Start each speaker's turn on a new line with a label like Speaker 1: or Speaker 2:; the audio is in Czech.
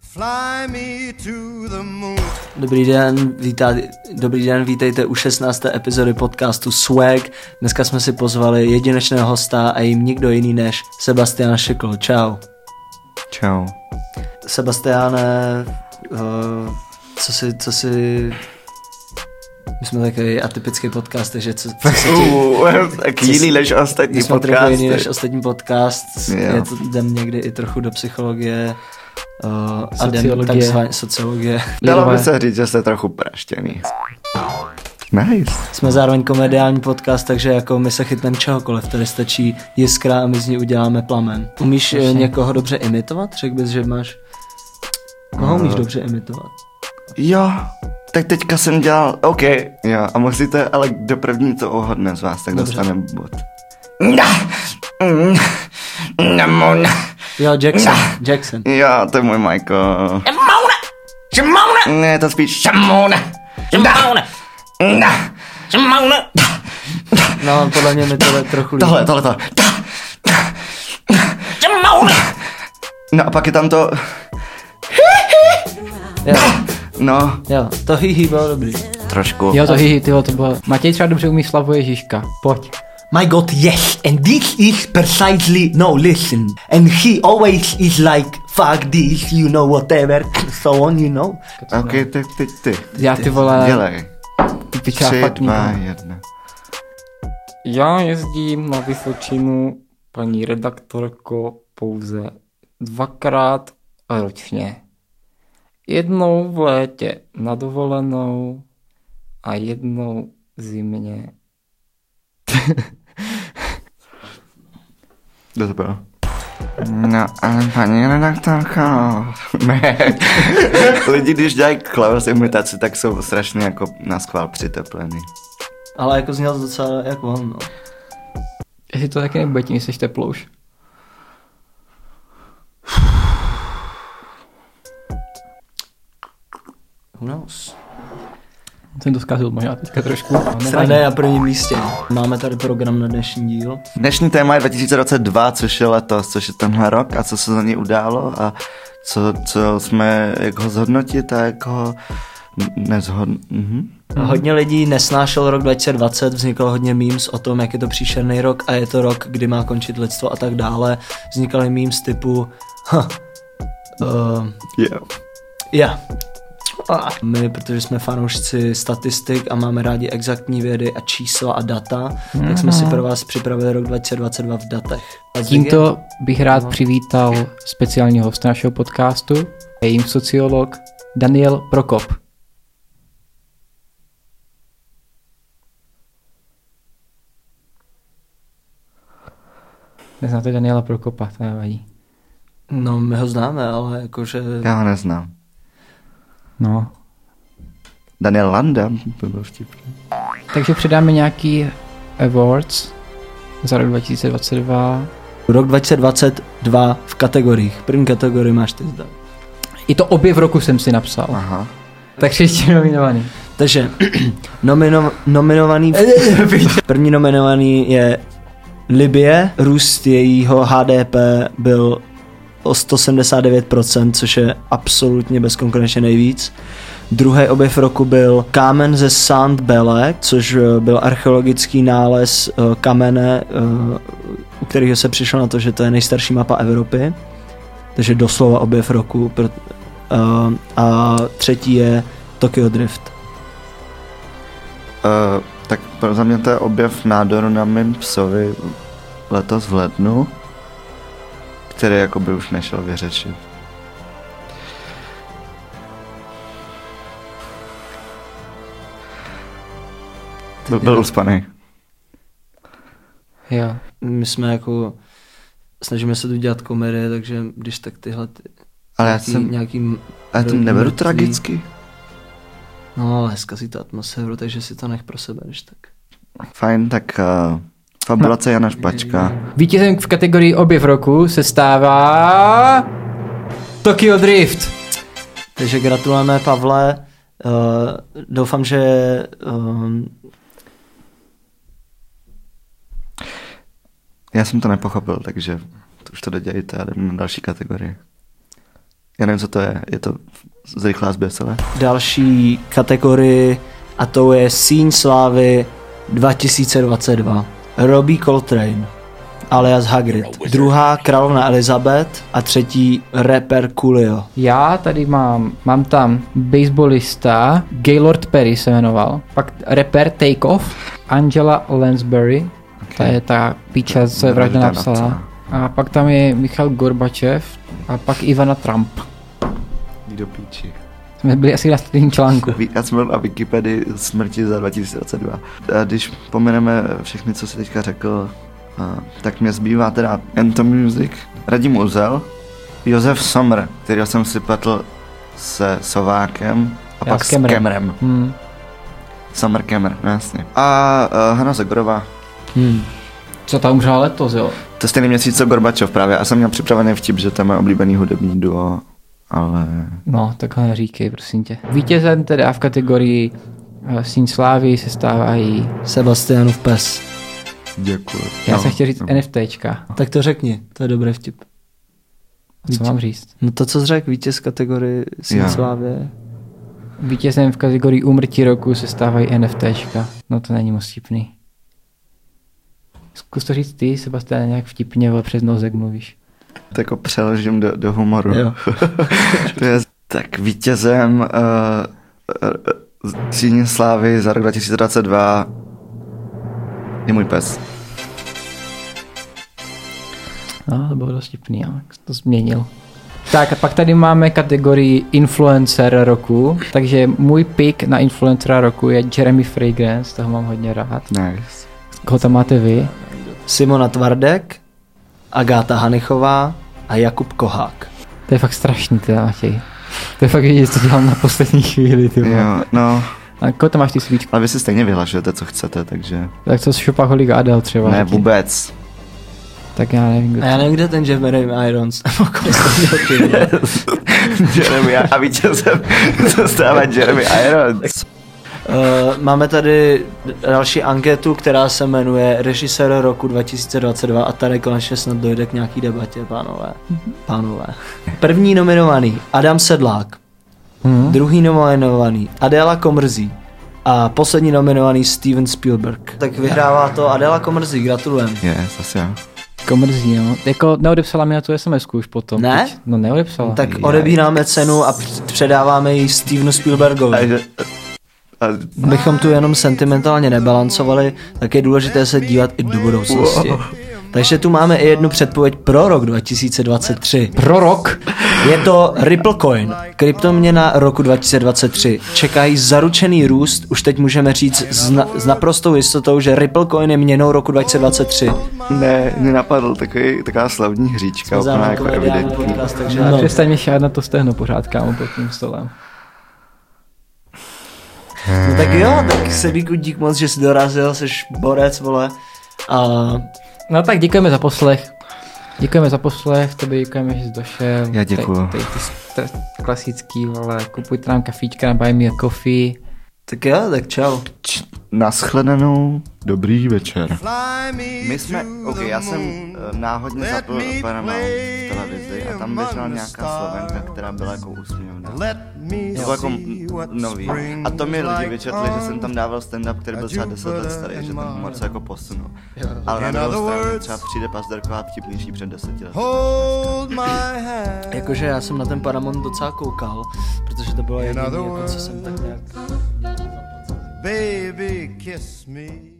Speaker 1: Fly me to the moon.
Speaker 2: Dobrý den, vítá, dobrý den, vítejte u 16. epizody podcastu Swag. Dneska jsme si pozvali jedinečného hosta a jim nikdo jiný než Sebastian Šekl. Čau.
Speaker 3: Čau.
Speaker 2: Sebastiane, eh, co si, co si... My jsme takový atypický podcast, takže co, co se ti...
Speaker 3: tak jiný než
Speaker 2: My
Speaker 3: ostatní
Speaker 2: jsme trochu jiný
Speaker 3: podcasty.
Speaker 2: než ostatní podcast,
Speaker 3: Jo.
Speaker 2: je to, jdem někdy i trochu do psychologie uh, a jdem
Speaker 4: Sociologie.
Speaker 2: takzvaně sociologie.
Speaker 3: Dalo by
Speaker 4: Lidové.
Speaker 3: se říct, že jste trochu praštěný. Nice.
Speaker 2: Jsme zároveň komediální podcast, takže jako my se chytneme čehokoliv, tady stačí jiskra a my z ní uděláme plamen. Umíš eh, někoho dobře imitovat? Řekl bys, že máš... Koho umíš dobře imitovat?
Speaker 3: Jo, tak teďka jsem dělal, OK. Jo, a musíte, ale kdo první to ohodne z vás, tak
Speaker 2: Dobře.
Speaker 3: dostane bod. Namona.
Speaker 2: Jo, Jackson, Jackson.
Speaker 3: Jo, to je můj Michael.
Speaker 5: Shimona! Shimona!
Speaker 3: Ne, to spíš Šamona.
Speaker 5: Shimona! Shimona!
Speaker 2: No, podle mě mi tohle trochu líbí.
Speaker 3: Tohle, tohle, tohle.
Speaker 5: Shimona!
Speaker 3: No a pak je tam to,
Speaker 2: Jo,
Speaker 3: no,
Speaker 2: jo, to hihi bylo dobrý.
Speaker 3: trošku.
Speaker 4: Jo, to hihi, tyjo, to bylo. Matěj třeba dobře umí slavu Ježíška. Pojď.
Speaker 2: My God, yes, and this is precisely no. Listen, and he always is like fuck this, you know whatever, so on, you know.
Speaker 3: Ok, teď, teď ty.
Speaker 4: Já ty vole,
Speaker 3: Dělej.
Speaker 4: ty pičá
Speaker 3: Tři,
Speaker 4: fakt
Speaker 3: dva,
Speaker 4: mimo.
Speaker 3: jedna.
Speaker 6: Já jezdím na Vysočinu, paní redaktorko, pouze dvakrát ročně. Jednou v létě na dovolenou a jednou zimně.
Speaker 3: Kdo to byl? No, ale paní redaktorko. Ne. Lidi, když dělají klaves imitaci, tak jsou strašně jako na schvál přiteplený.
Speaker 2: Ale jako zněl docela jako on, no.
Speaker 4: Jestli to taky nebude tím, jsi teplouš.
Speaker 2: Who knows?
Speaker 4: Jsem to zkazil možná teďka trošku.
Speaker 2: Sranda je na prvním místě. Máme tady program na dnešní díl.
Speaker 3: Dnešní téma je 2022, což je letos, což je tenhle rok a co se za něj událo a co, co jsme, jak ho zhodnotit a jak ho nezhodnotit. Mhm.
Speaker 2: Hodně lidí nesnášel rok 2020, vzniklo hodně memes o tom, jak je to příšerný rok a je to rok, kdy má končit lidstvo a tak dále. Vznikaly memes typu... Huh, uh,
Speaker 3: Jo.
Speaker 2: Yeah. A My, protože jsme fanoušci statistik a máme rádi exaktní vědy a čísla a data, mm-hmm. tak jsme si pro vás připravili rok 2022 v datech. A Zdeněk,
Speaker 4: Tímto bych rád přivítal speciálního hosta našeho podcastu, je jim sociolog Daniel Prokop. Neznáte Daniela Prokopa, to nevadí.
Speaker 2: No, my ho známe, ale jakože...
Speaker 3: Já ho neznám.
Speaker 4: No.
Speaker 3: Daniel Landa by byl vtipný.
Speaker 4: Takže předáme nějaký awards za rok 2022.
Speaker 2: Rok 2022 v kategoriích. První kategorii máš ty zde.
Speaker 4: I to objev roku jsem si napsal.
Speaker 3: Aha.
Speaker 4: Takže ještě nominovaný.
Speaker 2: Takže nomino, nominovaný... První nominovaný je Libie. Růst jejího HDP byl o 179%, což je absolutně bezkonkurenčně nejvíc. Druhý objev roku byl kámen ze Sand Bele, což eh, byl archeologický nález eh, kamene, eh, u kterého se přišlo na to, že to je nejstarší mapa Evropy. Takže doslova objev roku. pro- eh, A třetí je Tokyo Drift.
Speaker 3: Uh, tak pro- za mě to je objev nádoru na mém psovi letos v lednu, který jako by už nešel vyřešit. Byl, byl uspaný.
Speaker 4: Jo.
Speaker 2: my jsme jako snažíme se tu dělat komedie, takže když tak tyhle ty,
Speaker 3: Ale já
Speaker 2: nějaký, jsem...
Speaker 3: jsem,
Speaker 2: nějaký,
Speaker 3: ale já to
Speaker 2: mrtvý.
Speaker 3: neberu tragicky.
Speaker 2: no ale zkazí to atmosféru, takže si to nech pro sebe, když tak.
Speaker 3: Fajn, tak uh, fabulace Jana Špačka.
Speaker 4: Vítězem v kategorii objev roku se stává Tokyo Drift.
Speaker 2: Takže gratulujeme Pavle, uh, doufám, že um,
Speaker 3: Já jsem to nepochopil, takže to už to dodělejte a jdeme na další kategorii. Já nevím, co to je. Je to zrychlá zběsele.
Speaker 2: další kategorii a to je Síň slávy 2022. Robbie Coltrane alias Hagrid, druhá královna Elizabeth a třetí rapper Coolio.
Speaker 4: Já tady mám, mám tam baseballista, Gaylord Perry se jmenoval, pak rapper Takeoff, Angela Lansbury, okay. ta je ta píča, co je vražda
Speaker 3: Vražda
Speaker 4: napsala.
Speaker 3: napsala.
Speaker 4: A pak tam je Michal Gorbačev a pak Ivana Trump.
Speaker 3: Do píči.
Speaker 4: Jsme byli asi na stejném článku.
Speaker 3: Já jsem byl na Wikipedii smrti za 2022. A když pomeneme všechny, co jsi teďka řekl, a, tak mě zbývá teda Ento Music, Radim Uzel, Josef Sommer, kterého jsem si pletl se Sovákem a
Speaker 4: Já
Speaker 3: pak
Speaker 4: s
Speaker 3: s
Speaker 4: Kemrem.
Speaker 3: Kemrem. Kemrem.
Speaker 4: Hmm.
Speaker 3: Summer Kemr, no jasně. A uh, Hanna Zagorová.
Speaker 4: Hmm. Co tam umřela letos, jo?
Speaker 3: To je stejný měsíc, co Gorbačov právě. A jsem měl připravený vtip, že to je moje oblíbený hudební duo, ale...
Speaker 4: No, takhle neříkej, prosím tě. Vítězem teda v kategorii eh, Síň slávy se stávají,
Speaker 2: Sebastianův pes.
Speaker 3: Děkuji.
Speaker 4: já jsem chtěl
Speaker 3: no.
Speaker 4: říct NFTčka.
Speaker 2: Tak to řekni, to je dobrý vtip.
Speaker 4: A co mám říct?
Speaker 2: No to, co jsi řekl, vítěz kategorie Síň
Speaker 3: Já.
Speaker 2: slávy.
Speaker 4: Vítězem v kategorii úmrtí roku se stávají NFTčka. No to není moc vtipný. Zkus to říct ty, Sebastian, nějak vtipně ale přes nos, jak mluvíš.
Speaker 3: To jako přeložím do, do humoru.
Speaker 2: Jo.
Speaker 3: to je, tak vítězem uh, Síně slávy za rok 2022 je můj pes.
Speaker 4: No, to bylo dost vtipný, já to změnil. Tak a pak tady máme kategorii influencer roku, takže můj pick na influencera roku je Jeremy Fragrance, toho mám hodně rád.
Speaker 3: Nice.
Speaker 4: Koho tam máte vy?
Speaker 2: Simona Tvardek, Agáta Hanichová a Jakub Kohák.
Speaker 4: To je fakt strašný, ty Matěj. To je fakt vidět, co dělám na poslední chvíli, ty vole.
Speaker 3: Jo, no,
Speaker 4: A koho tam máš ty svíčky?
Speaker 3: ale vy si stejně vyhlašujete, co chcete, takže...
Speaker 4: Tak co z Šopaholik a Adele třeba?
Speaker 3: Ne,
Speaker 4: taky?
Speaker 3: vůbec.
Speaker 4: Tak já nevím, kdo
Speaker 2: A já nevím, kde ten Jeff Merriam Irons. nebo koho jsi to měl, ty vole.
Speaker 3: Jeremy a vítězem se stává Jeremy Irons.
Speaker 2: Eh, máme tady d- další anketu, která se jmenuje Režisér roku 2022 a tady konečně snad dojde k nějaký debatě, pánové. Pánové. První nominovaný Adam Sedlák,
Speaker 4: Hmm.
Speaker 2: druhý nominovaný Adela Komrzí a poslední nominovaný Steven Spielberg. Tak vyhrává to Adela Komrzí, gratulujem.
Speaker 3: Yes, asi jo.
Speaker 4: Komrzí, no. Jako neodepsala mi na tu sms už potom.
Speaker 2: Ne?
Speaker 4: Teď. No neodepsala.
Speaker 2: Tak odebíráme cenu a př- předáváme ji Stevenu Spielbergovi.
Speaker 3: Takže, a,
Speaker 2: abychom tu jenom sentimentálně nebalancovali, tak je důležité se dívat i do budoucnosti. Takže tu máme i jednu předpověď pro rok 2023.
Speaker 4: Prorok?
Speaker 2: Je to Ripplecoin, kryptoměna roku 2023. Čekají zaručený růst, už teď můžeme říct s, na, s naprostou jistotou, že Ripplecoin je měnou roku 2023.
Speaker 3: ne, mě napadl takový, taková slavní hříčka, úplná jako
Speaker 2: Zámkový ideální
Speaker 3: evidentní.
Speaker 2: podcast, takže
Speaker 4: No.
Speaker 2: no.
Speaker 4: Přestaň mi šát na to stehno pořád, kámo, pod tím stolem.
Speaker 2: No tak jo, tak se díku dík moc, že jsi dorazil, jsi borec, vole. A
Speaker 4: No tak děkujeme za poslech. Děkujeme za poslech, tobě děkujeme, že jsi došel.
Speaker 3: Já děkuju.
Speaker 4: Tady, tady, ty st- klasický, ale kupujte nám kafíčka na Buy Me a Coffee.
Speaker 2: tak jo, tak čau.
Speaker 3: Naschledanou, dobrý večer.
Speaker 1: Fly me
Speaker 3: My jsme,
Speaker 1: to
Speaker 3: ok,
Speaker 1: the
Speaker 3: já jsem
Speaker 1: moon.
Speaker 3: eh, náhodně
Speaker 1: Let
Speaker 3: zapl
Speaker 1: me
Speaker 3: Paramount v
Speaker 1: play
Speaker 3: televizi a tam
Speaker 1: among
Speaker 3: běžela
Speaker 1: the
Speaker 3: nějaká
Speaker 1: stars.
Speaker 3: slovenka, která byla jako úsměvná.
Speaker 1: Let me
Speaker 3: To bylo jako
Speaker 1: see what
Speaker 3: nový.
Speaker 1: spring
Speaker 3: A to mi
Speaker 1: is
Speaker 3: lidi
Speaker 1: like
Speaker 3: vyčetli, že
Speaker 1: on
Speaker 3: jsem tam dával stand-up, který byl třeba 10 let starý, že ten humor se jako posunul. Ale na
Speaker 1: In other
Speaker 3: druhou stranu
Speaker 1: words-
Speaker 3: třeba přijde Pazderková vtipnější před 10 lety.
Speaker 1: Hold my hand.
Speaker 3: Jako-
Speaker 2: Jakože já jsem na ten Paramount docela koukal, protože jako, to bylo jediné,
Speaker 1: other
Speaker 2: jako co jsem tak nějak
Speaker 1: Baby, kiss me.